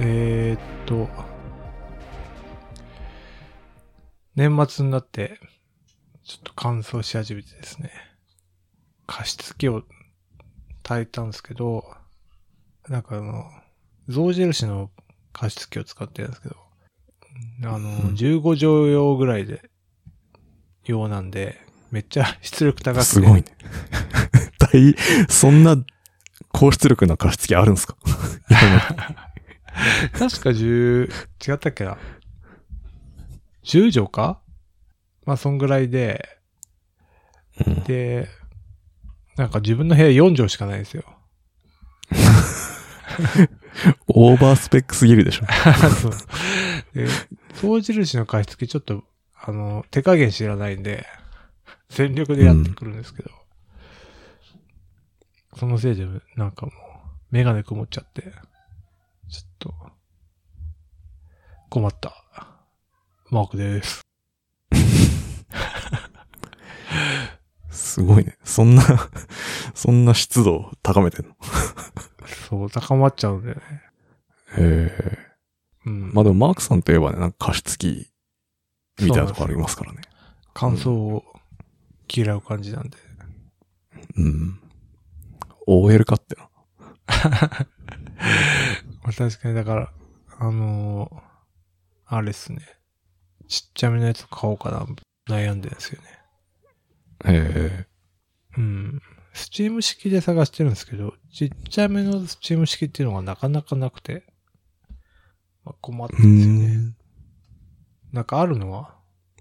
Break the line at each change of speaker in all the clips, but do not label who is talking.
えー、っと、年末になって、ちょっと乾燥し始めてですね、加湿器を炊いたんですけど、なんかあの、象印の加湿器を使ってるんですけど、あの、
うん
15畳用ぐらいで、用なんで、めっちゃ 出力高くて。
すごいね。 大、そんな高出力な加湿器あるんです か
確か10、違ったっけな。10畳かまあ、そんぐらいで、
うん、
で、なんか自分の部屋4畳しかないん ですよ。
オーバースペックすぎるでしょ。
そう。で、掃除印の加湿器ちょっと、あの、手加減知らないんで、全力でやってくるんですけど、そのせいで、なんかもう、メガネ曇っちゃって、ちょっと、困った。マークです。
すごいね。そんな、そんな湿度を高めてんの。
そう、高まっちゃうんだよね。
へえ。
うん。
まあでもマークさんといえばね、なんか加湿器みたいなとこありますからね。
乾燥を嫌う感じなんで。
うん。OL かってな。
まあ確かに、だから、あのーあれっすね。ちっちゃめのやつ買おうかな、悩んでるんですよね。
へ
うん。スチーム式で探してるんですけど、ちっちゃめのスチーム式っていうのがなかなかなくて、まあ、困って
え。う
るんですよね。
ん。
なんかあるのは、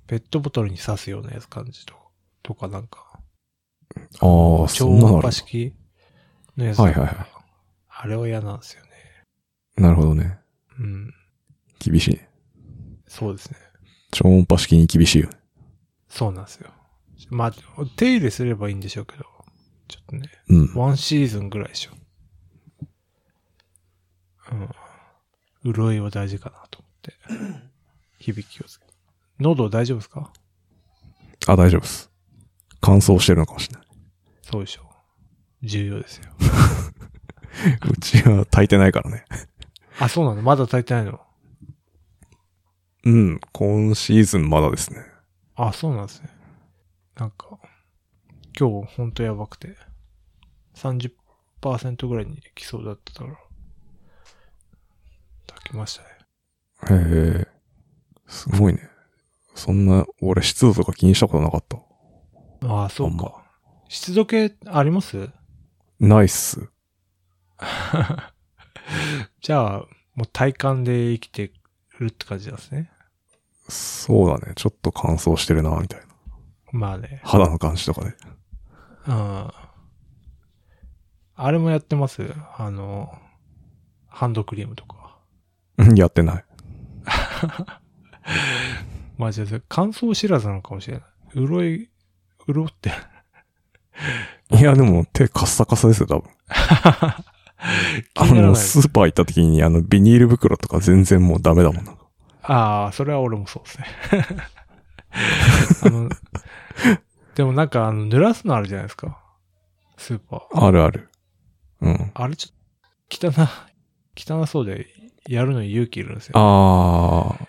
ペットボトルに刺すようなやつ感じと、とかなんか、
ああ、そ
超
んなの
音
ある
波。式のやつ
はいはいはい
あれは嫌なんですよね。
なるほどね。
うん。
厳しいね。
そうですね。
超音波式に厳しいよね。
そうなんですよ。まあ、手入れすればいいんでしょうけど、ちょっとね、
うん。
ワンシーズンぐらいでしょ。うん。潤いは大事かなと思って。響きをつけて。喉大丈夫ですか
あ、大丈夫です。乾燥してるのかもしれない。
そうでしょう。重要ですよ。
うちは炊いてないからね。
あ、そうなのまだ炊いてないの
うん。今シーズンまだですね。
あ、そうなんですね。なんか、今日ほんとやばくて、30%ぐらいに来そうだったから、炊きましたね。
へえ。すごいね。そんな、俺湿度とか気にしたことなかった。
ああ、そう
あん
か。湿度計あります
ないっす。
じゃあ、もう体感で生きてるって感じなんですね。
そうだね。ちょっと乾燥してるな、みたいな。
まあね。
肌の感じとかで。
うん。あれもやってますあの、ハンドクリームとか。
うんやってない。
まあじゃあ、それ乾燥知らずなのかもしれない。潤い、潤って。
いや、でも手カッサカサですよ、多分。
気
あ
にならない
の、スーパー行った時に、あの、ビニール袋とか全然もうダメだもんな。
ああ、それは俺もそうですね。 あの、でもなんか、あの、濡らすのあるじゃないですか。スーパー。
あるある。うん。
あれちょっと、 汚、汚そうで、やるのに勇気いるんですよ。
あ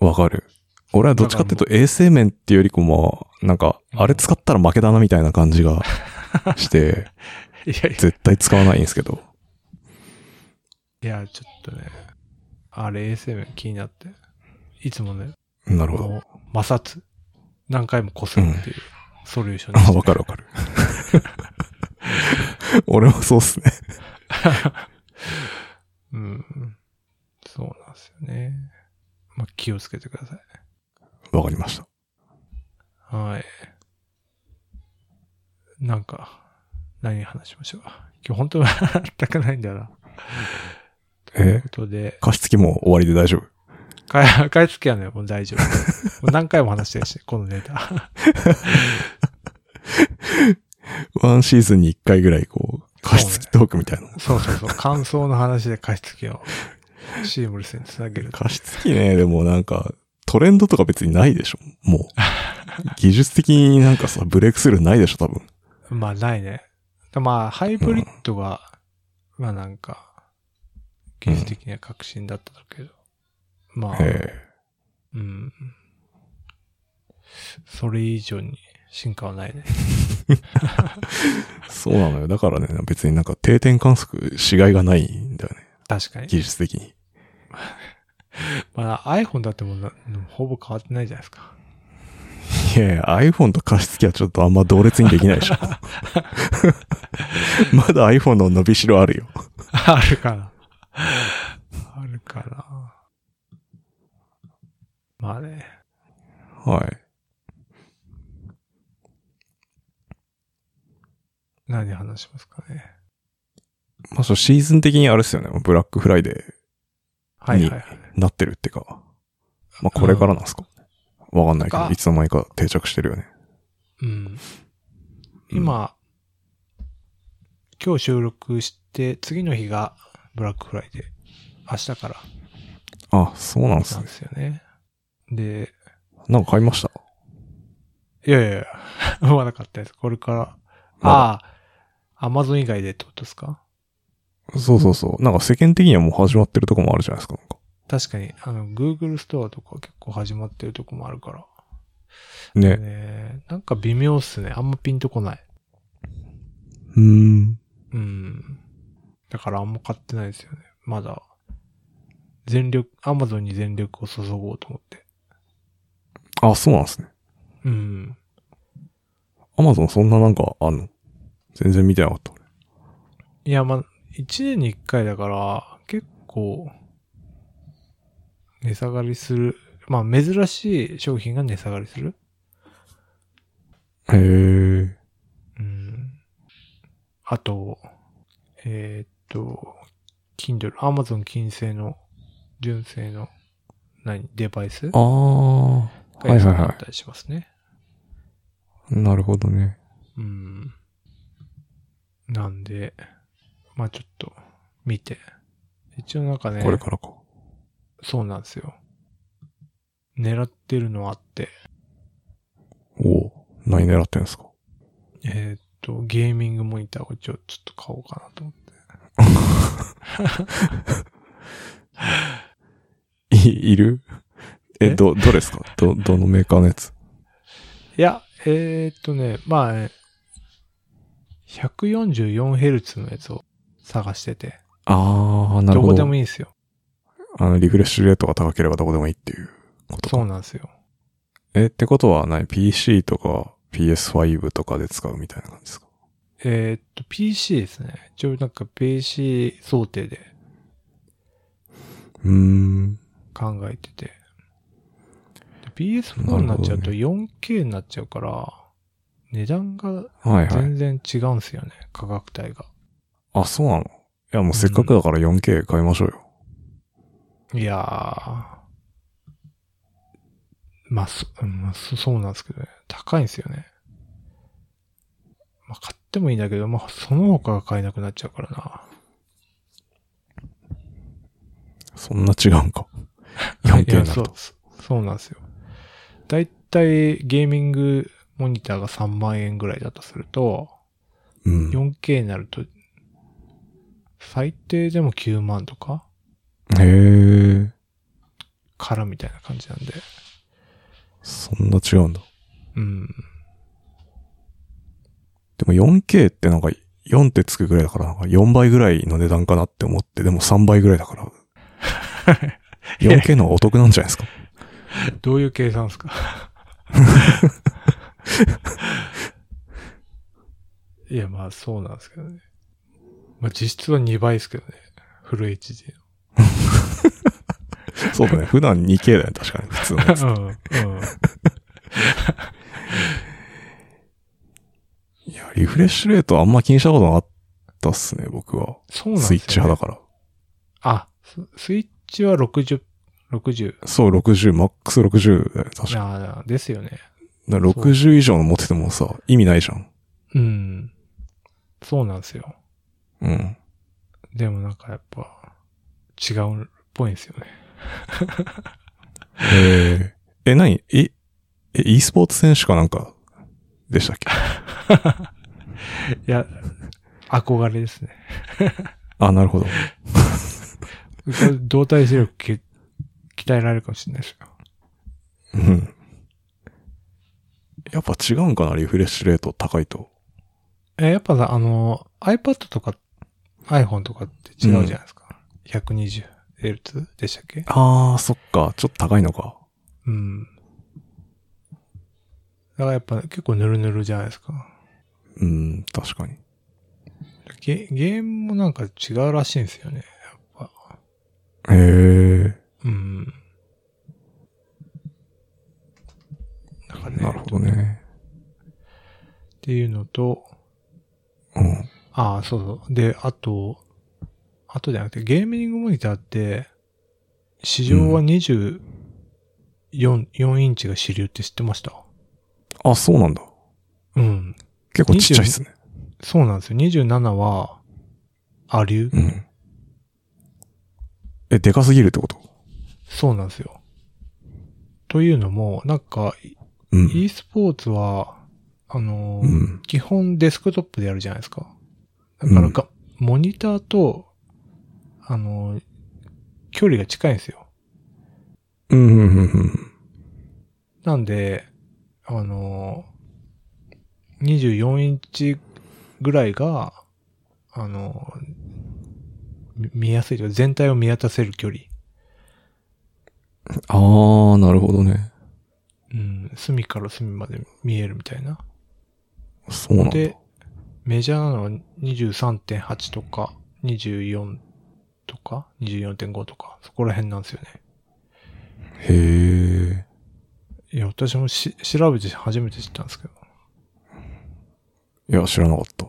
ー、わかる。俺はどっちかっていうと衛生面っていうよりかも、なんか、あれ使ったら負けだなみたいな感じがして、
いやいや
絶対使わないんですけど。
いや、ちょっとね、あれ衛生面気になって、いつもね、
なるほど。
こう摩擦、何回もこするっていうソリューションにし
あ、
て
わかるわかる。 俺もそうっすね。
うん。そうなんですよね。まあ、気をつけてください。
わかりました。
はい。なんか、何話しましょう。今日本当は全くないんだよな。という
え
ことで、
加湿器も終わりで大丈夫。
か、 買い付けはね、もう大丈夫。もう何回も話してるし、このネタ。
ワンシーズンに一回ぐらい、こう、加湿器トークみたいな。
そうそうそう。感想の話で加湿器をシームレスにつなげる。
加湿器ね、でもなんか、トレンドとか別にないでしょ、もう。技術的になんかさ、ブレイクスルーないでしょ、多分。
まあないね。まあハイブリッドが、まあなんか、技術的には革新だったんだけど。まあ、
え
うん。それ以上に進化はないね。
えそうなのよ。だからね、別になんか定点観測しがいがないんだよね。
確かに。
技術的に。
まあ iPhone だってもうなほぼ変わってないじゃないですか。
いやいや、iPhone と加湿器はちょっとあんま同列にできない でしょ。まだ iPhone の伸びしろあるよ。
あるかな。あるかな。まあね。
はい。
何話しますかね。
まあそう、シーズン的にあれですよね。ブラックフライデ
はいはいはい。
ーなってるってか。まあこれからなんですか。わかんないけ
な
ど
ん、か
いつの間にか定着してるよね。
うん。今、今日収録して、次の日がブラックフライデー。明日から
あ、そうなんです
なん
ね
で。すよね。で、
なんか買いました。
いやいやい や、まだ買ってないです。これから。ああ、アマゾン以外でってことですか
そうそうそう。なんか世間的にはもう始まってるとこもあるじゃないですか。なんか
確かに、あの、Google ストアとか結構始まってるとこもあるから。
ね。
ねなんか微妙っすね。あんまピンとこない。
うーん。
うん。だからあんま買ってないですよね。まだ。全力、Amazon に全力を注ごうと思って。
あ、そうなんですね。
うん。
アマゾンそんななんかあんの全然見てなかった。俺
いや、まあ、1年に1回だから、結構、値下がりする。まあ、珍しい商品が値下がりする。
へえ。
うん。あと、えーっと、Kindle、Amazon 金製の、純正の、何、デバイス
ああ。は
が
いはい
安くな
は
ったりしますね。
い。なるほどね。
うん。なんで、まあちょっと、見て。一応なんかね、
これからか。
そうなんですよ。狙ってるのはあって、
おおう。何狙ってんですか
えーっと、ゲーミングモニターを一応ちょっと買おうかなと思って。
い、いるえ、
え
ど、どれですかど、どのメーカーのやつ
いや、えーっとね、まあ、え 144Hz のやつを探してて、
ああ、な
ど
るほ
こ
ど。
でもいいんですよ。
あの、リフレッシュレートが高ければどこでもいいっていうことか
そうなんですよ。
え、ってことは何 ?PC とか PS5 とかで使うみたいな感じですか
えーっと、PC ですね。一応なんか PC 想定で
うーん。
考えてて。PS4 になっちゃうと 4K になっちゃうから、値段が
はいはい。
全然違うんですよね、価格帯が。
あ、そうなのいや、もうせっかくだから 4K 買いましょうよ。
いやー。まあ、そ、うんまあそそうなんですけどね。高いんですよね。まあ、買ってもいいんだけど、まあ、その他が買えなくなっちゃうからな。
そんな違うんか。
い
4K にな
や
る
そう
と。、
そうなんですよ。だいたいゲーミングモニターが3万円ぐらいだとすると、
うん。
4K になると、最低でも9万とか
へえ。
からみたいな感じなんで。
そんな違うんだ。
うん。
でも 4K ってなんか4ってつくぐらいだから、なんか4倍ぐらいの値段かなって思って、でも3倍ぐらいだから。4K の方がお得なんじゃない ですか。
どういう計算ですか いや、まあそうなんですけどね。まあ実質は2倍ですけどね。フル HD
そうだね。普段 2K だよね。確かに。普通 のやつ。
の。うん。うん。
いや、リフレッシュレートあんま気にしたことなかったっすね、僕は。
そうなんですよ、ね。
スイッチ派だから。
あ、ススイッチは60、60。
そう、60、マックス60だよね。確かに。
ああ、ですよね。
だから60以上の持っててもさ、意味ないじゃん。
うん。そうなんですよ。
うん。
でもなんかやっぱ、違うっぽいんですよね。
えー、え、何え、え、e スポーツ選手かなんか、でしたっけ
いや、憧れですね。
あ、なるほど。
動体視力け 鍛えられるかもしれないですよ。
うん。やっぱ違うんかな、リフレッシュレート高いと。
え、やっぱさ、あの、iPad とか iPhone とかって違うじゃないですか。120Hz でしたっけ
あー、そっか。ちょっと高いのか。
うん。だからやっぱ結構ヌルヌルじゃないですか。
うん、確かに。
ゲゲームもなんか違うらしいんですよね。やっぱ。
へえ、
うん。なんかね、
なるほどね。
っていうのと、
うん。
ああ、そうそう。で、あと、あとじゃなくて、ゲーミングモニターって、市場は24、4インチが主流って知ってました
あ、そうなんだ。
うん。
結構ちっちゃいっすね。
そうなんですよ。27は、アリュー
うん。え、でかすぎるってこと
そうなんですよ。というのも、なんか、
うん
e スポーツは、あのー
うん
基本デスクトップでやるじゃないですか。だからが、モニターと、あのー距離が近いんですよ。
うん、うん、うんうん。
なんで、あのー、24インチぐらいが、あのー、み見やすいというか、全体を見渡せる距離。
あー、なるほどね。
うん、隅から隅まで見えるみたいな。
そうなんだ。
で、メジャーなのは23.8とか、24とか、24.5とか、そこら辺なんですよね。
へえ。
いや、私もし調べて初めて知ったんですけど。
いや、知らなかった。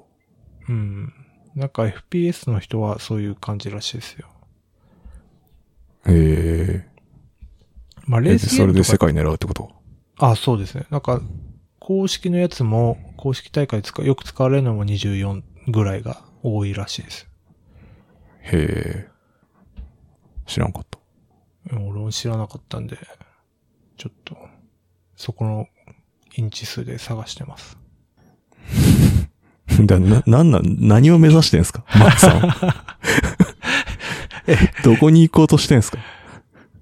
うん。なんか FPS の人はそういう感じらしいですよ。
へ
まあ、
え。
レ
え、
ー
で
スゲー
それ
ムと
で
か
世界狙うってこと
あ、そうですね。なんか、公式のやつも、公式大会で使うよく使われるのも24ぐらいが多いらしいです。
へえ。知らんかった。
うん俺も知らなかったんで、ちょっと、そこのインチ数で探してます。
だ、な、なんなん、何を目指してん すかマックさん。どこに行こうとしてんすか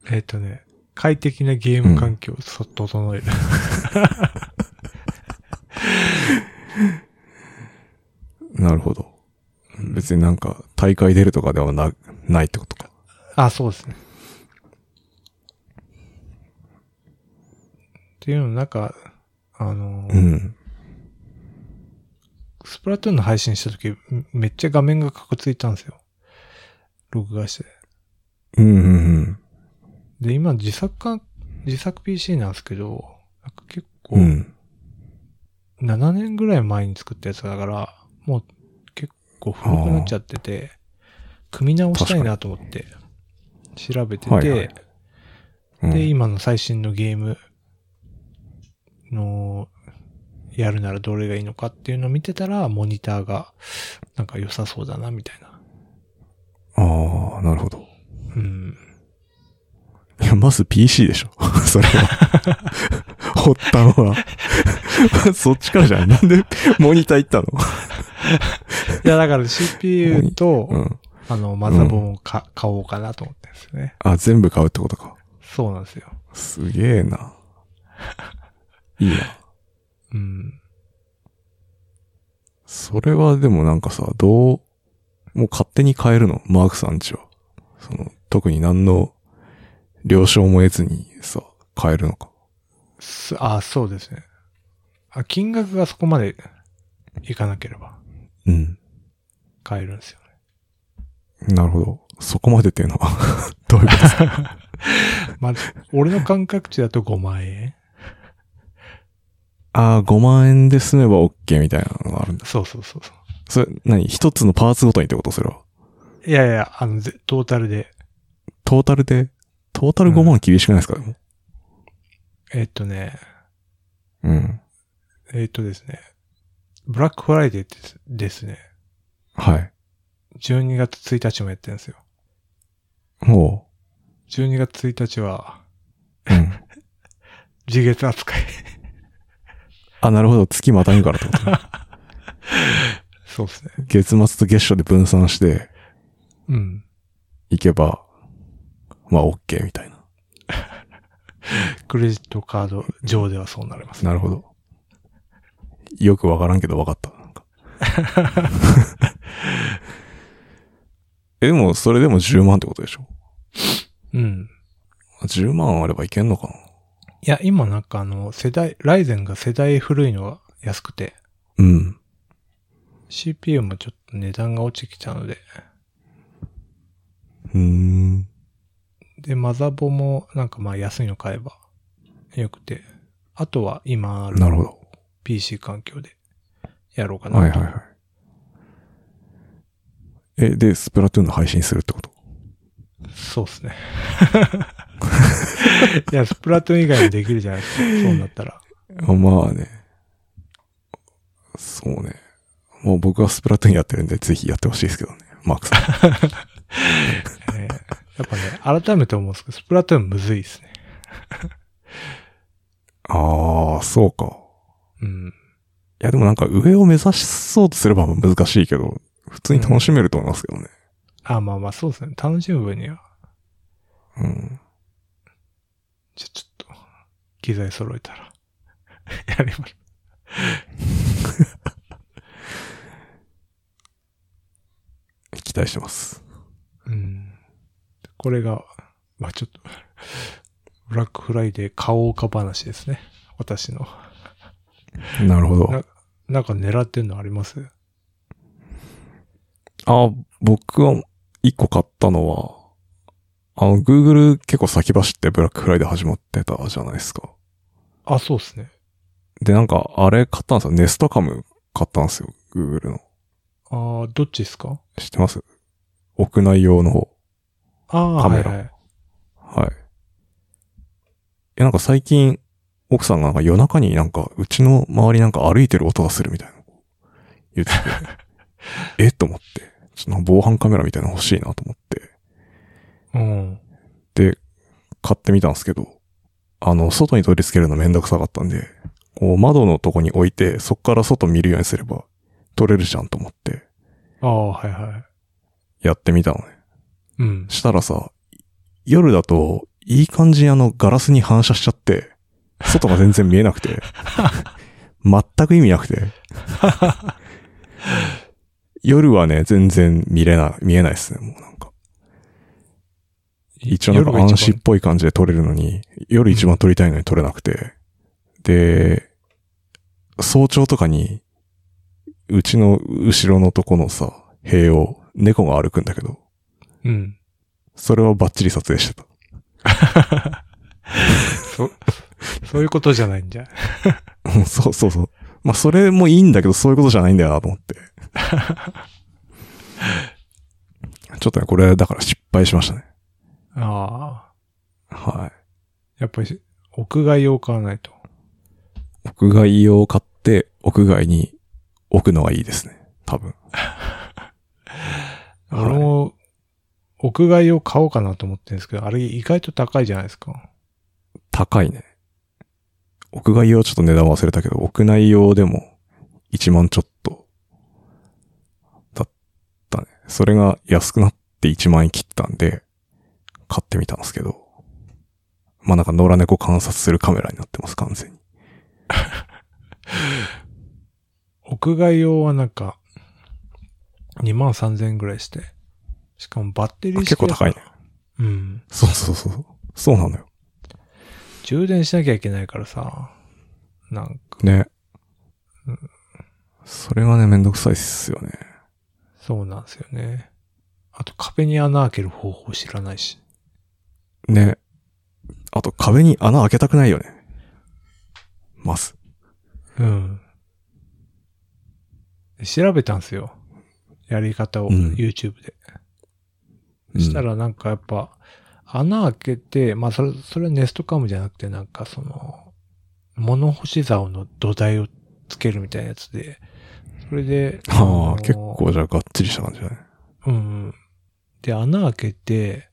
えっ、とね、快適なゲーム環境をそ整える。
なるほど。別になんか、大会出るとかではな、ないってことか。
あ、そうですね。っていうの、なんか、あのー
うん。
スプラトゥーンの配信した時、めめっちゃ画面がカクついたんですよ。録画して。
うんうん
で、今自作か、自作 PC なんですけど、なんか結構、
うん。うん。
7年ぐらい前に作ったやつだから、もう結構古くなっちゃってて、組み直したいなと思って、調べてて、
はいはいうん
で、今の最新のゲームの、やるならどれがいいのかっていうのを見てたら、モニターが、なんか良さそうだな、みたいな。
ああ、なるほど。
うん。
いや、まず PC でしょ。 それ は。発端は。 そっちからじゃん。なんで、モニター行ったの
いや、だから CPU と、
うん。
あの、マザボンをか、買おうかなと思ってるんですよね。
あ、全部買うってことか。
そうなんですよ。
すげえな。 いいな。
うん。
それはでもなんかさ、どう、もう勝手に変えるのマークさんちは。その、特に何の了承も得ずにさ、変えるのか。
すあ、そうですね。あ、金額がそこまでいかなければ
うん。
買えるんですよね。
なるほど。そこまでっていうのは、 どういうことですか
まあ、俺の感覚値だと5万円
ああ、5万円で済めば OK みたいなのがあるんだ。
そうそうそうそ
それ、何一つのパーツごとにってことそれは。
う。いやいや、あの、ぜトータルで。
トータルで、トータル5万厳しくないですか、でも
えっとね、
うん。
えっとですね、ブラックフライデーですですね、
はい。
12月1日もやってるんですよ。
も
12月1日は、
う、うん。
次月扱い。
あ、なるほど。月またぐからって ことね、
そうですね。
月末と月初で分散して
うん。
いけば、まあ OK みたいな。
クレジットカード上ではそうなります。
なるほど。よくわからんけどわかった。なんか え、でも、それでも10万ってことでしょ
うん。
?10 万あればいけんのか
いや、今なんかあの、世代、ライゼンが世代古いのが安くて、
なうん。
CPU もちょっと値段が落ちてきたので、
うーん。
で、マザボもなんかまあ安いの買えばよくて、あとは今ある
なるほど。
PC 環境でやろうかなと。
はいはいはい。え、で、スプラトゥーンの配信するってこと
そうですね。 いや、スプラトゥーン以外もできるじゃないですか。そうなったら。
あまあね。そうね。もう僕はスプラトゥーンやってるんで、ぜひやってほしいですけどね。マー クさん。
えーやっぱね、改めて思うんですけど、スプラトゥーンむずいですね。
ああ、そうか。
うん。
いやでもなんか上を目指しそうとすれば難しいけど、普通に楽しめると思いますけどね。
あ、まあまあそうですね。楽しむ分には。
うん。
じゃ、ちょっと、機材揃えたら、 やります。
期待してます。
うん。これが、まあちょっと、 ブラックフライデー買おうか話ですね。私の。
なるほど。
ななんか狙ってんのあります
あ、僕は一個買ったのは、あの、Google 結構先走ってブラックフライデー始まってたじゃないですか。
あ、そうですね。
で、なんか、あれ買ったんですよ。ネストカム買ったんですよ。Google の。
ああ、どっちですか
知ってます屋内用の方。
ああ、
カ
は
メ
い
ラ
はい。
はい。え、なんか最近、奥さんがなんか夜中になんか、うちの周りなんか歩いてる音がするみたいな。言ってて。えと思って。ちょっと防犯カメラみたいなの欲しいなと思って。
うん。
で、買ってみたんですけど、あの、外に取り付けるのめんどくさかったんで、こう窓のとこに置いて、そっから外見るようにすれば、取れるじゃんと思って、
ああ、はいはい。
やってみたのね。
うん。
したらさ、夜だと、いい感じにあの、ガラスに反射しちゃって、外が全然見えなくて、全く意味なくて。夜はね、全然見れな、見えないですね、もうなんか。一応なんか
夜が
暗
一
視っ
番
ぽい感じで撮れるのに、夜一番撮りたいのに撮れなくて。で、早朝とかに、うちの後ろのとこのさ、塀を猫が歩くんだけど、
うん。
それはバッチリ撮影してた。
そ、 そういうことじゃないんじゃ。
うんそうそうそう。まあ、それもいいんだけど、そういうことじゃないんだよなと思って。ちょっとね、これ、だから失敗しましたね。
ああ。
は
やっぱり、屋外用買わないと。
い。屋外用を買って、屋外に置くのがいいですね。多分。
俺も、屋外用買おうかなと思ってるんですけど、あれ意外と高いじゃないですか。
高いね。屋外用ちょっと値段忘れたけど、屋内用でも1万ちょっとだったね。それが安くなって1万円切ったんで、買ってみたんですけど。まあ、なんか野良猫観察するカメラになってます、完全に。
屋外用はなんか、2万3000円ぐらいして。しかもバッテリー
あ結構
だか
高
ら
いね。
うん。
そうそうそうそう。そうなのよ。
充電しなきゃいけないからさ。なんか、
ね
うん。
それがね、めんどくさいっすよね。
そうなんですよね。あと壁に穴開ける方法知らないし。
ね。あと壁に穴開けたくないよね。ます。
うん。調べたんですよ。やり方を、
うん
YouTube で。したらなんかやっぱ、穴開けて、まあそれ、それはネストカムじゃなくてなんかその、物干し竿の土台をつけるみたいなやつで、それで、
あ
の
あ、結構じゃあがっちりした感じだね。
うん。で、穴開けて、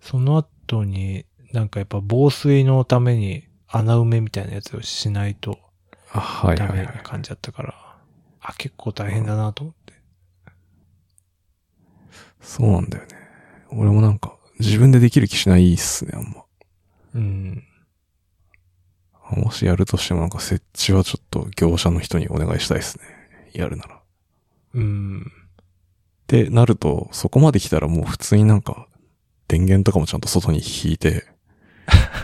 その後に、なんかやっぱ防水のために穴埋めみたいなやつをしないと
あはい
ダ
はい
メ
は。
ない感じだったから、あ、結構大変だなと思って。
そうなんだよね。俺もなんか、自分でできる気しないっすね、あん
うん。
ま。もしやるとしてもなんか設置はちょっと業者の人にお願いしたいっすね。やるなら。っ
うん。
てなると、そこまで来たらもう普通になんか、電源とかもちゃんと外に引い て、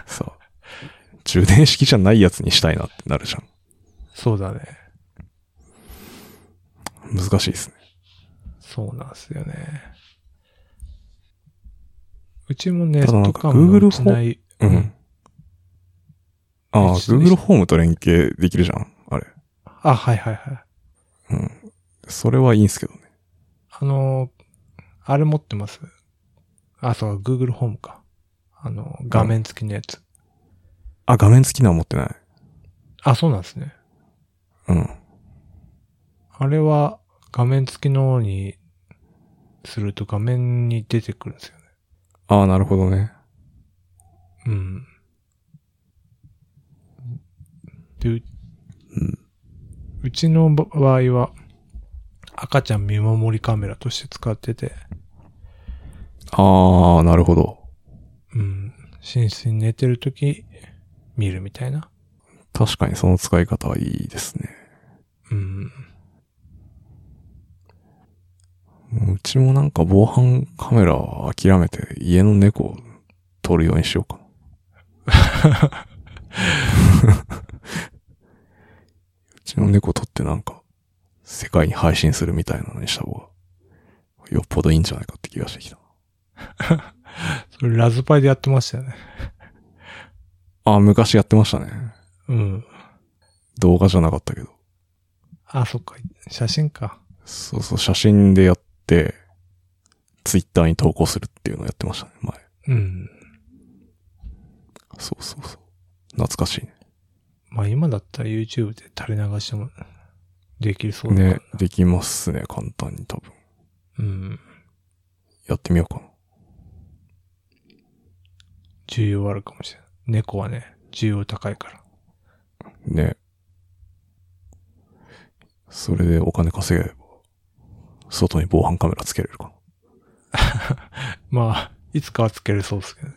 さ、充電式じゃないやつにしたいなってなるじゃん。
そうだね。
難しいっすね。
そうなんですよね。うちもネ
ただな
ット
んか
カム
Google
のつない、
うん。ああ、
一緒でし
Google
た
ホームと連携できるじゃん。あれ。
あ、はいはいはい。
うん。それはいいんすけどね。
あの、あれ持ってます。あ、そう、Google ホームか。あの、画面付きのやつ。
あ、画面付きのは持ってない。
あ、そうなんですね。
うん。
あれは画面付きのにすると画面に出てくるんですよね。
ああ、なるほどね。
うん。で、う
うん。
うちの場合は赤ちゃん見守りカメラとして使ってて、
ああ、なるほど。
うん。寝室に寝てるとき見るみたいな。
確かにその使い方はいいですね。
うん。
もううちもなんか防犯カメラは諦めて家の猫を撮るようにしようかな。うちの猫撮ってなんか世界に配信するみたいなのにした方がよっぽどいいんじゃないかって気がしてきた。
それラズパイでやってましたよね。
ああ、昔やってましたね。
うん。
動画じゃなかったけど。
あ、そっか。写真か。
そうそう、写真でやって、ツイッターに投稿するっていうのをやってましたね、前。
うん。
そうそうそう。懐かしいね。
まあ今だったら YouTube で垂れ流してもできるそうだから
ね、できますね、簡単に多分。
うん。
やってみようかな。
需要あるかもしれない。猫はね、需要高いから。
ね。それでお金稼げば、外に防犯カメラつけれるかな。
まあ、いつかはつけれそうですけどね。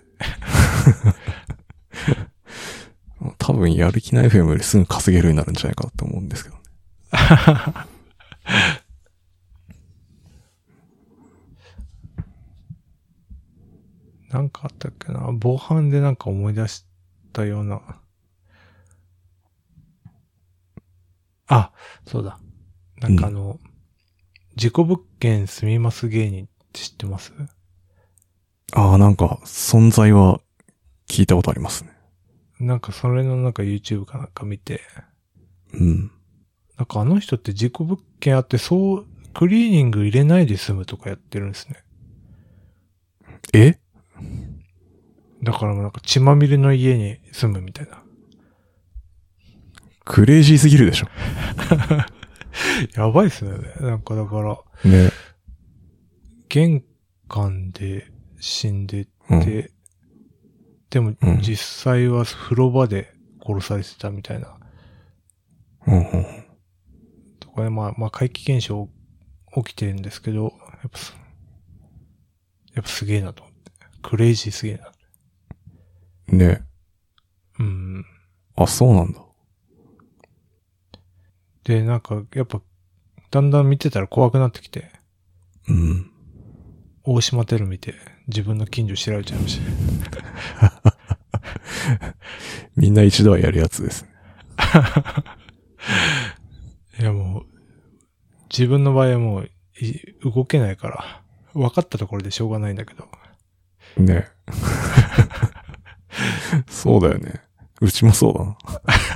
多分やる気ない FM よりすぐ稼げるようになるんじゃないかと思うんですけどね。
なんかあったっけな防犯でなんか思い出したような。あ、そうだ。なんかあの、事故物件住みます芸人って知ってます
ああ、なんか、存在は聞いたことありますね。
なんかそれのなんか YouTube かなんか見て、
うん。
なんかあの人って事故物件あってそう、クリーニング入れないで済むとかやってるんですね。
え
だからもうなんか血まみれの家に住むみたいな。
クレイジーすぎるでしょ。
やばいっすね。なんかだから、
ね。
玄関で死んで
う
て、
ん。
でも
うん
実際は風呂場で殺されてたみたいな。
うんうん。
とかね、まあ、まあ怪奇現象起きてるんですけど、やっぱす、やっぱすげえなと思って。クレイジーすげえな。
ね。
うん。
あ、そうなんだ。
で、なんか、やっぱ、だんだん見てたら怖くなってきて、
うん。
大島テル見て、自分の近所調べちゃいました。
みんな一度はやるやつですね。
いやもう、自分の場合はもうい、動けないから、分かったところでしょうがないんだけど。
ね。 そうだよね。うちもそうだな。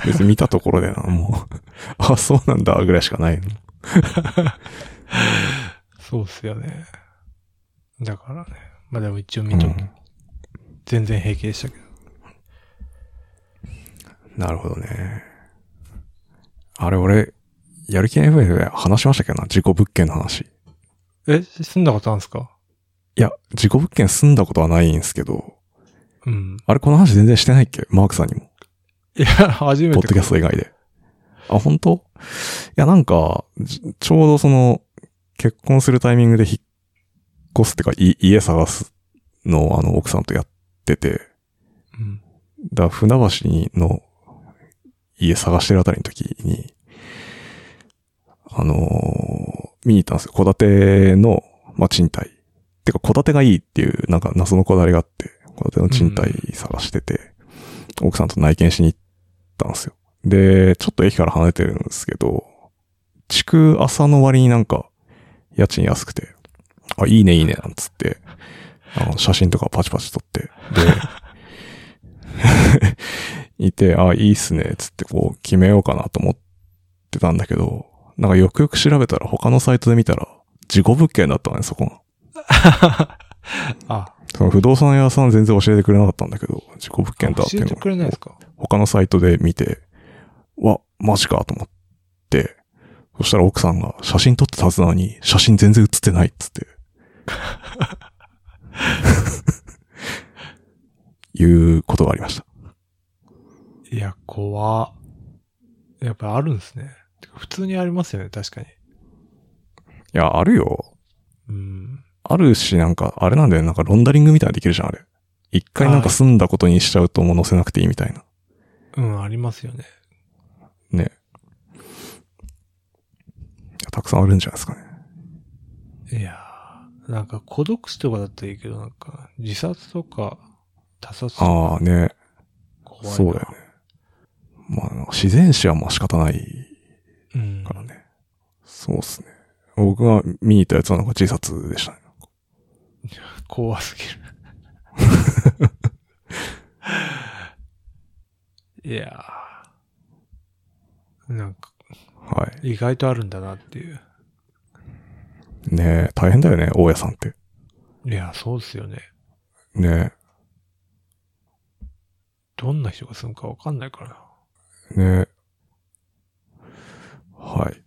別に見たところでな、もう。 あ、そうなんだ、ぐらいしかないの。
そうっすよね。だからね。まあでも一応
う
見と、
ん、
全然平気でしたけど。
なるほどね。あれ、俺、やる気 FM で話しましたけどな、事故物件の話。い
え、住んだことあるんすか
や、事故物件住んだことはないんですけど、
うん。
あれ、この話全然してないっけマークさんにも。
いや、初めて。
ポッドキャスト以外で。あ、本当いや、なんか、ちちょうどその、結婚するタイミングで引っ越すってか、い家探すの、あの、奥さんとやってて、
うん。
だから船橋にの家探してるあたりの時に、あのー見に行ったんですよ。戸建ての、まあ、賃貸。てか、戸建てがいいっていう、なんか謎のこだわりがあって、戸建ての賃貸探してて、奥さんと内見しに行ったんですよ。で、ちょっと駅から離れてるんですけど、築朝の割になんか、家賃安くて、あ、いいねいいね、なんつって、あの、写真とかパチパチ撮って、で、 いて、あ、いいっすね、つってこう決めようかなと思ってたんだけど、なんかよくよく調べたら他のサイトで見たら、事故物件だったのね、そこが。
あ、
その不動産屋さん全然教えてくれなかったんだけど、事故物件だってい
教え
うの
てくれないですか
他のサイトで見て、わ、マジかと思って、そしたら奥さんが写真撮ってたはずなのに、写真全然写ってないっつって。いうことがありました。
いや、怖やっぱあるんですね。てか普通にありますよね、確かに。
いや、あるよ。
うん。
あるし、なんか、あれなんだよ。なんか、ロンダリングみたいなのできるじゃん、あれ。一回なんか住んだことにしちゃうともう載せなくていいみたいな。
うん、ありますよね。
ね。いやたくさんあるんじゃないですかね。
いやー、なんか孤独死とかだったらいいけど、なんか自殺とか他殺とか
ああね。
怖いな。
そうだよね。まあ、なんか自然死はまあ仕方ない
うん
か。らね。そうっすね。僕が見に行ったやつはなんか自殺でしたね。
怖すぎる。いやー。なんか、
は
意外とあるんだなっていう。
い。ねえ、大変だよね、大家さんって。
いや、そうですよね。
ね
どんな人が住むかわかんないからな。
え、ねえ。はい。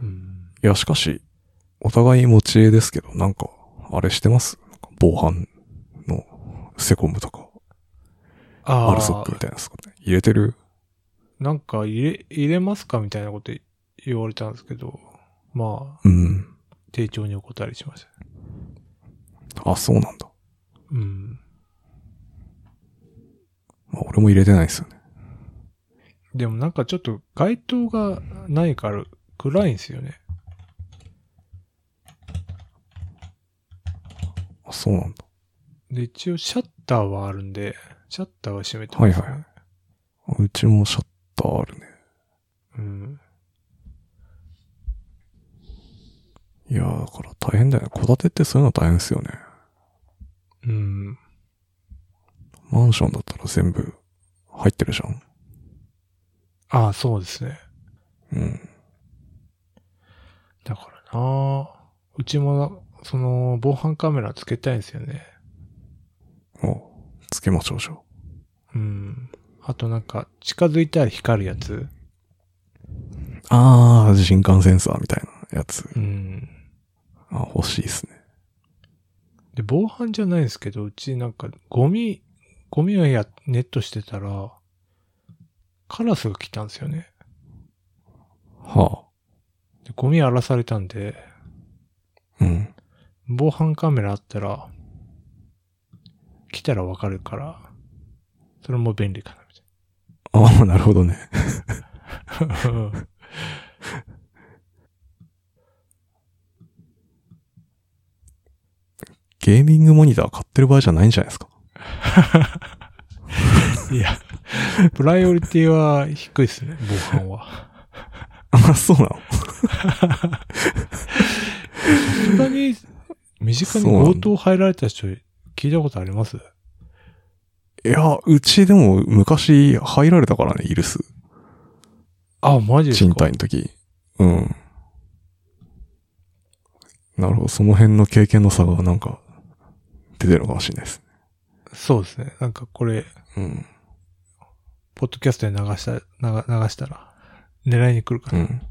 うん。
いや、しかし、お互い持ち家ですけど、なんか、あれしてますなんか防犯のセコムとか、
あ
アルソッ
あ
ク、みたいなやつとかね入れてる
なんか入れ、入れますかみたいなこと言われたんですけど、まあ、
うん。
丁重にお答えしました。
あ、そうなんだ。
うん。
まあ、俺も入れてないですよね。
でもなんかちょっと街灯がないから暗いんですよね。
あ、そうなんだ。
で、一応シャッターはあるんで、シャッターは閉めて
は
ま
い
す、
はい。うちもシャッターあるね。
うん。
いやー、だから大変だよね。戸建てってそういうの大変ですよね。
うん。
マンションだったら全部入ってるじゃん。
ああ、そうですね。
うん。
だからなうちもな、その、防犯カメラつけたいんですよね。
おつけましょうじゃあ
うん。あとなんか、近づいたら光るやつ。
あー、人感センサーみたいなやつ。
うん。
あ、欲しいっすね。
で、防犯じゃないんですけど、うちなんか、ゴミ、ゴミをや、ネットしてたら、カラスが来たんですよね。
は
で、ゴミ荒らされたんで、
あ。うん。
防犯カメラあったら、来たらわかるから、それも便利かな、
ああ、なるほどね。
みたいな。
ゲーミングモニター買ってる場合じゃないんじゃないですか。
いや、プライオリティは低いですね、防犯 は。
あ、そうなの
身近に、身近に
そうなん
強
だ
盗入られた人、聞いたことあります
いや、うちでも昔入られたからね、イルス。
あ、マジですか
賃貸の時。うん。なるほど、その辺の経験の差がなんか、出てるのかもしれないです。
そうですね。なんかこれ、
うん。
ポッドキャストで流した、流流したら、狙いに来るか
う
ら。
ん。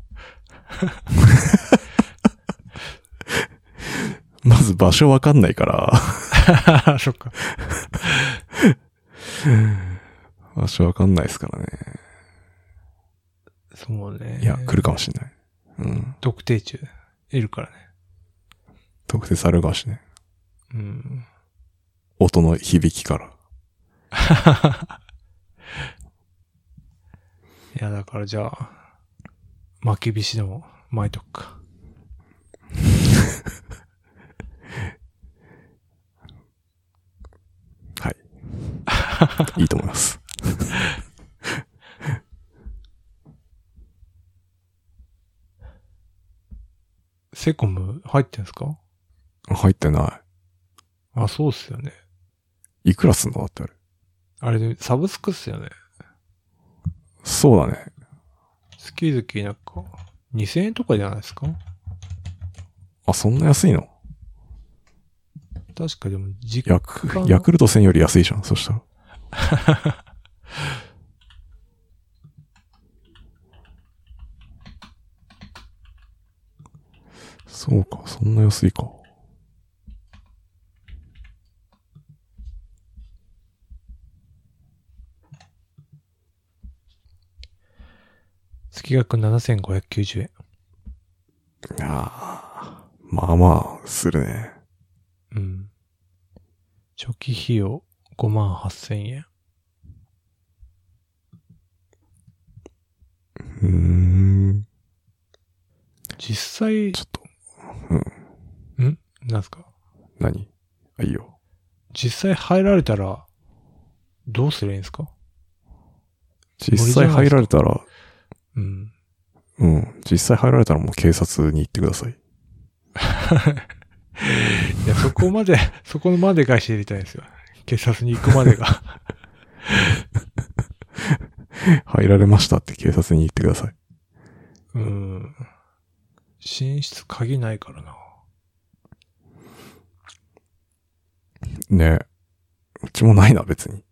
まず場所わかんないか ら、
そっか。
場所わかんないですからね。
そうね。
いや、来るかもしれない。うん。
特定中、いるからね。
特定されるかもしれない。
うん。
音の響きから。
いや、だからじゃあ、巻きびしでも巻いとくか。
いいと思います。
セコム入ってんすか
入ってな
あ、そうっすよね。
い。いくらすんのだってあれ。
あれで、サブスクっすよね。
そうだね。
月々なんか、2000円とかじゃないですか
あ、そんな安いの
確かでも、時
ヤク、ヤクルト1000より安いじゃん、そしたら。 そうか、そんな安いか。
月額7590円。
ああ、まあまあ、するね。
うん。初期費用5万8000円。
うーん、
実際、
ちょっと、うん、
なんすか
何あ、いいよ。
実際入られたら、どうすりゃいいんですか
実際入られたら、
うん。
うん、実際入られたらもう警察に行ってください。
いや、そこまで、 そこまで返してやりたいんですよ。警察に行くまで が。
入られましたって警察に行ってください。
うん。寝室鍵ないからな。
ねうちもないな、別に。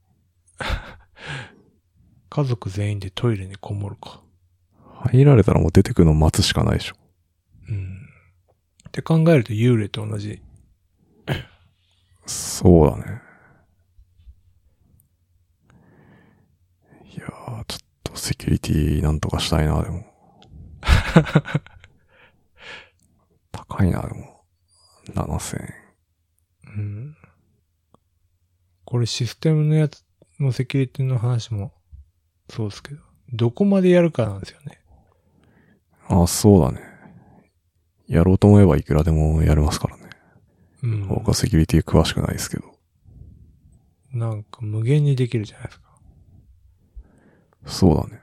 家族全員でトイレにこもるか。
入られたらもう出てくの待つしかないでしょ。
うん。って考えると幽霊と同じ。
そうだね。いやー、ちょっとセキュリティなんとかしたいな、でも。 高いな、でも。7000円。
うん。これシステムのやつのセキュリティの話もそうですけど、どこまでやるかなんですよね。
あ、そうだね。やろうと思えばいくらでもやれますからね。
うん。
僕はセキュリティ詳しくないですけど。
なんか無限にできるじゃないですか。
そうだね。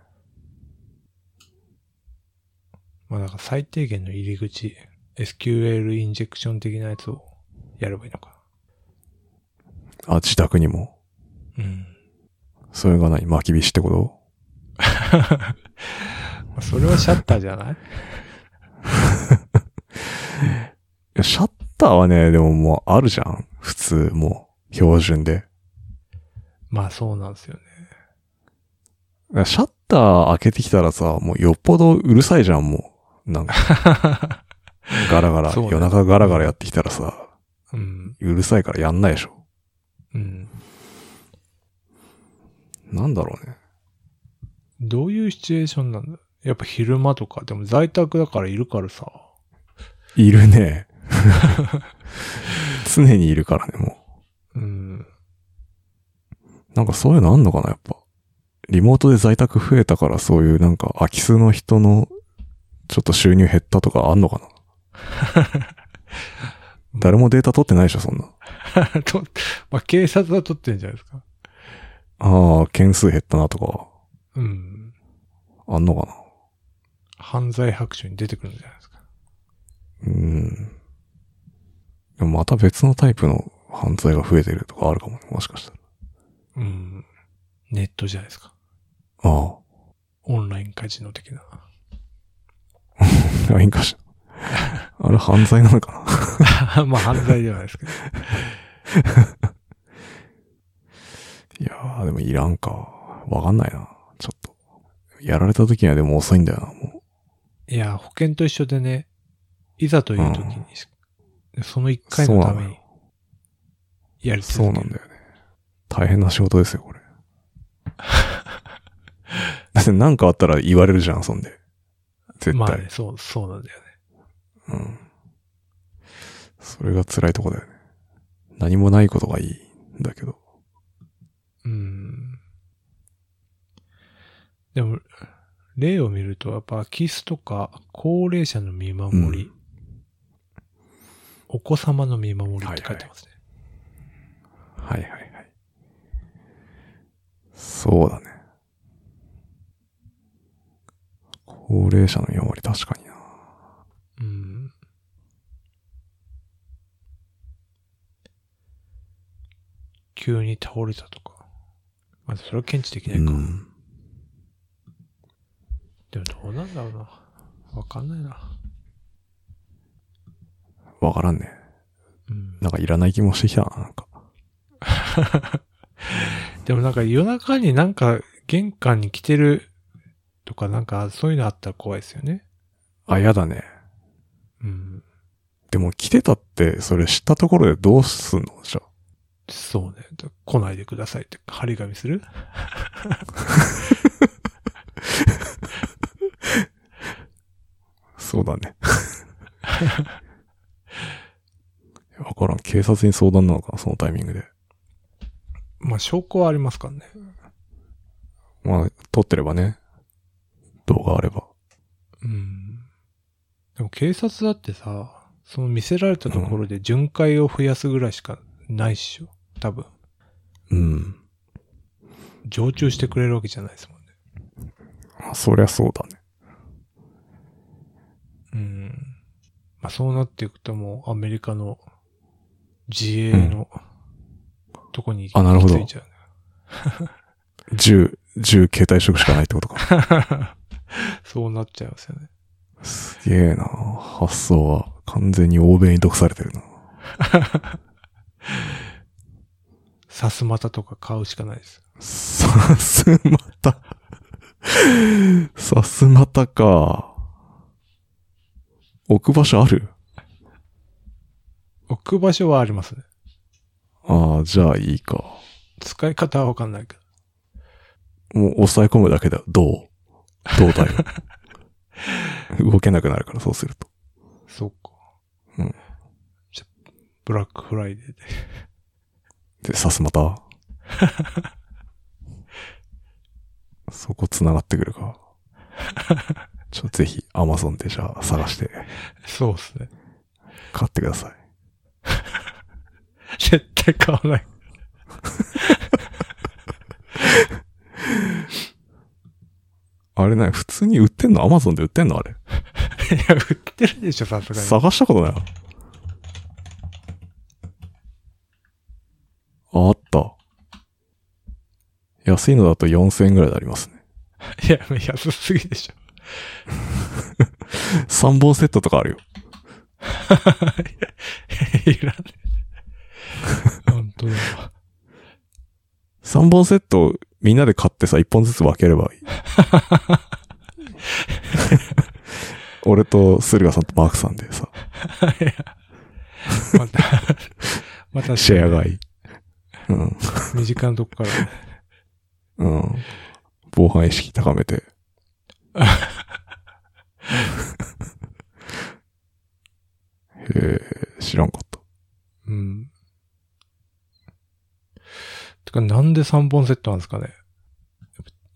まあだから最低限の入り口、SQL インジェクション的なやつをやればいいのか
あ、自宅にも。
な。うん。
それが何巻き菱ってこと
まあそれはシャッターじゃない
いやシャッターはね、でももうあるじゃん。普通、もう、標準で。
まあそうなんですよね。
シャッター開けてきたらさ、もうよっぽどうるさいじゃん、も う。なんか、ガラガラ、
そうね
夜中ガラガラやってきたらさ、
うん。
うるさいからやんないでしょ。
うん。
なんだろうね。
どういうシチュエーションなんだやっぱ昼間とか、でも在宅だからいるからさ。
いるね。 常にいるからね、も
うん。
う。なんかそういうのあんのかな、やっぱ。リモートで在宅増えたから、そういうなんか、空き巣の人の、ちょっと収入減ったとかあんのかな。 誰もデータ取ってないでしょ、そんな。
と、まあ、警察は取ってんじゃないですか。
ああ、件数減ったなとか、
うん。
あんのかな。
犯罪白書に出てくるんじゃないですか。
うん。でもまた別のタイプの犯罪が増えてるとかあるかも、ね、もしかしたら。
うん。ネットじゃないですか。
あ
オンラインカジノ的な。
あ、ラインかし ら。あれ犯罪なのかな
まあ犯罪ではないですけど。
いやー、でもいらんか。わかんないな。ちょっと。やられた時にはでも遅いんだよな、も
いや、保険と一緒でね、いざという時にし、その一回のために、やり
う。そう
続
な
け
ん
る。
だよね。大変な仕事ですよ、これ。 だってなんかあったら言われるじゃん、そんで。絶対。
まあね、そう、そうなんだよね。
うん。それが辛いとこだよね。何もないことがいい。だけど。
うん。でも、例を見ると、やっぱ空き巣とか、高齢者の見守り、
う
お子様の見守りって書いてますね。
はいはいはい。そうだね。高齢者の見守り確かにな。
うん。急に倒れたとか。まあ、それは検知できないか。
うん
でもどうなんだろうな。わかんないな。
わからんね。
うん。
なんかいらない気もしてきたな、なんか。
でもなんか夜中になんか玄関に来てるとかなんかそういうのあったら怖いですよね。
あ、やだね。
うん。
でも来てたって、それ知ったところでどうすんのじゃ
そうね。だ来ないでくださいって張り紙する
あそうだね。 いやわからん。警察に相談なのかな、そのタイミングで。
まあ証拠はありますからね。
まあ、撮ってればね。動画あれば。
うん。でも警察だってさ、その見せられたところで巡回を増やすぐらいしかないっしょ。多分。
うん。
常駐してくれるわけじゃないですもんね。
あそりゃそうだね。
うん。まあそうなっていくともうアメリカの自衛のとこに行き
あなるほど
着いちゃうね
銃、銃携帯職しかないってことか。
そうなっちゃいますよね。
すげえな発想は完全に欧米に毒されてるな。
さすまたとか買うしかないです。
さすまた。さすまたか。置く場所ある
置く場所はありますね。
ああ、じゃあいいか。
使い方はわかんないけど。
もう抑え込むだけだ。どうどうだよ。動けなくなるから、そうすると。
そっか。
うん。
じゃ、ブラックフライデーで。
で、さすまた。そこ繋がってくるか。ちょ、ぜひ、アマゾンでじゃあ探して、
そうですね。
買ってください。
絶対買わない。
あれね、普通に売ってんのアマゾンで売ってんのあれ。
いや、売ってるでしょ、さすがに。
探したことないわあ、あった。安いのだと4000円ぐらいでありますね。
いや、安すぎでしょ。
3本セットとかあるよ。
いらね え。本当だ。
3本セットみんなで買ってさ、1本ずつ分ければいい。俺と駿河さんとマークさんでさ、
また、また、
シェア買い。うん。
身近なとこから。
うん。防犯意識高めて。へえ、知らんかった。
うん。てか、なんで3本セットなんですかね。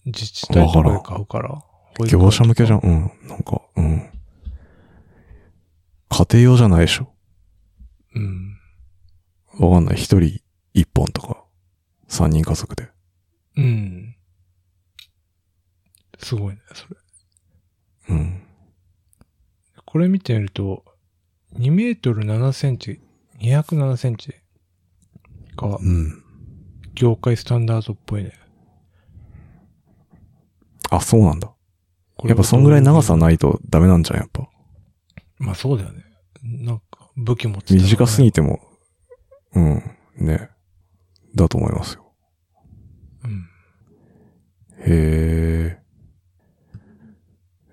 自治体とかで買うから。
業者向けじゃ
ん。
ん。うん。なんか、うん。家庭用じゃないでしょ。
うん。
わかんない。一人一本とか、三人家族で。
うん。すごいね、それ。
うん。
これ見てみると、2メートル7センチ、207センチが
うん。
業界スタンダードっぽいね。
あ、そうなんだ。
これ
やっぱそんぐらい長さないとダメなんじゃん、やっぱ。
まあそうだよね。なんか、武器持ってたらね
短すぎても、うん。ね。だと思いますよ。
うん。
へえ。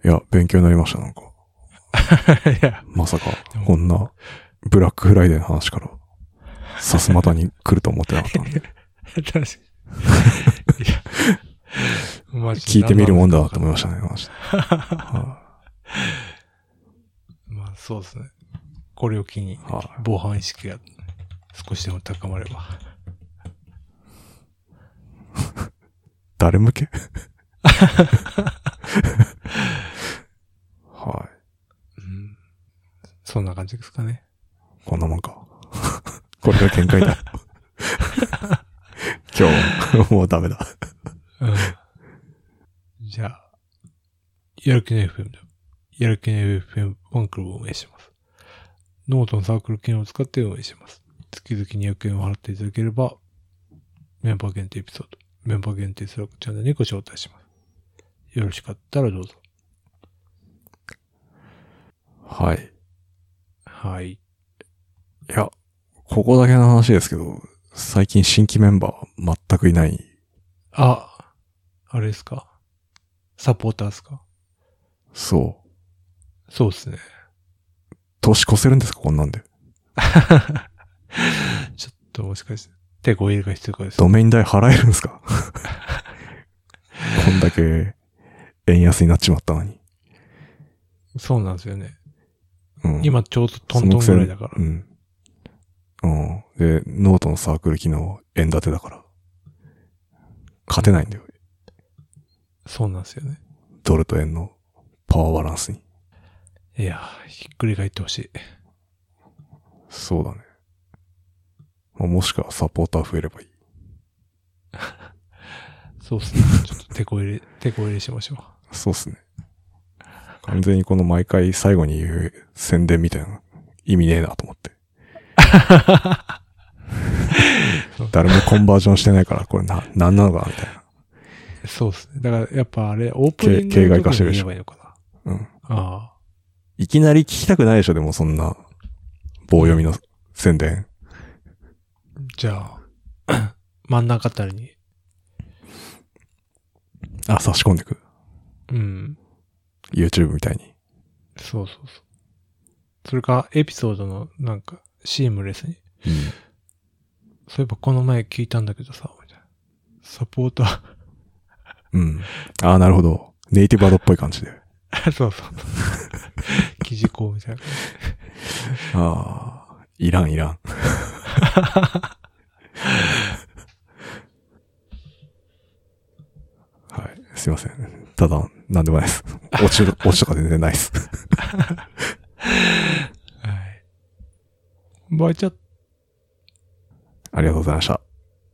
いや、勉強になりました、なんか。
いや、
まさか
で、も
こんな、ブラックフライデーの話から、さすまたに来ると思ってな かったんで。
確かに。いや、マジで
聞いてみるもんだと思いましたね、マジで。は
まあそうですね。これを機に
い、はい
防犯意識が少しでも高まれば。
誰向けは
うんそんな感じですかね。
い。こんなもんか。これが 限界だ。今日、もうダメだ。
うん。じゃあ、やる気ない FM で、やる気ない FM ファンクルブを運営します。ノートのサークル機能を使って運営します。月々200円を払っていただければ、メンバー限定エピソード、メンバー限定スラックチャンネルにご招待します。よろしかったらどうぞ。
はい。
はい。
いや、ここだけの話ですけど、最近新規メンバー全くいない。
あ、あれですかサポーターですか
そう。
そうですね。
年越せるんですかこんなんで。
ちょっともしかして、手ご入れが必要かです。
ドメイン代払えるんですかこんだけ円安になっちまったのに。
そうなんですよね。
うん、
今ちょうどトントンぐらいだから
そ。のくせにうん。うん。で、ノートのサークル機能、円建てだから。勝てないんだよ。
そうなんですよね。
ドルと円のパワーバランスに。
いやー、ひっくり返ってほしい。
そうだね。まあ、もしくはサポーター増えればいい。
そうっすね。ちょっと手こ入れ、手こ入れしましょ
そうっすね。完全にこの毎回最後に言う宣伝みたいな意味ねえなと思 って。誰もコンバージョンしてないから、これな、なんなのかなみたいな。
う。そうっすね。だからやっぱあれ、オープニング
け
の
形骸化し
時
てる
に
で
言え
しょ
ばいいのかな。
うん。
あ
いきなり聞きたくないでしょ、でもそんな、棒読みの宣伝。
あ。じゃあ、 真ん中あたりに。
あ、差し込んでく。
うん。
YouTube みたいに。
そうそうそう。それか、エピソードのなんか、シームレスに。そういえばこの前聞いたんだけどさ、みたいな。サポーター。
うん。ああ、なるほど。ネイティブアドっぽい感じで。
そうそうそう。 記事項みたいな。
ああ、いらんいらん。はい。すいません。ただ、なんでもないです。落ちる、落ちとか全然ないです。
はい。バイチャット
ありがとうございました。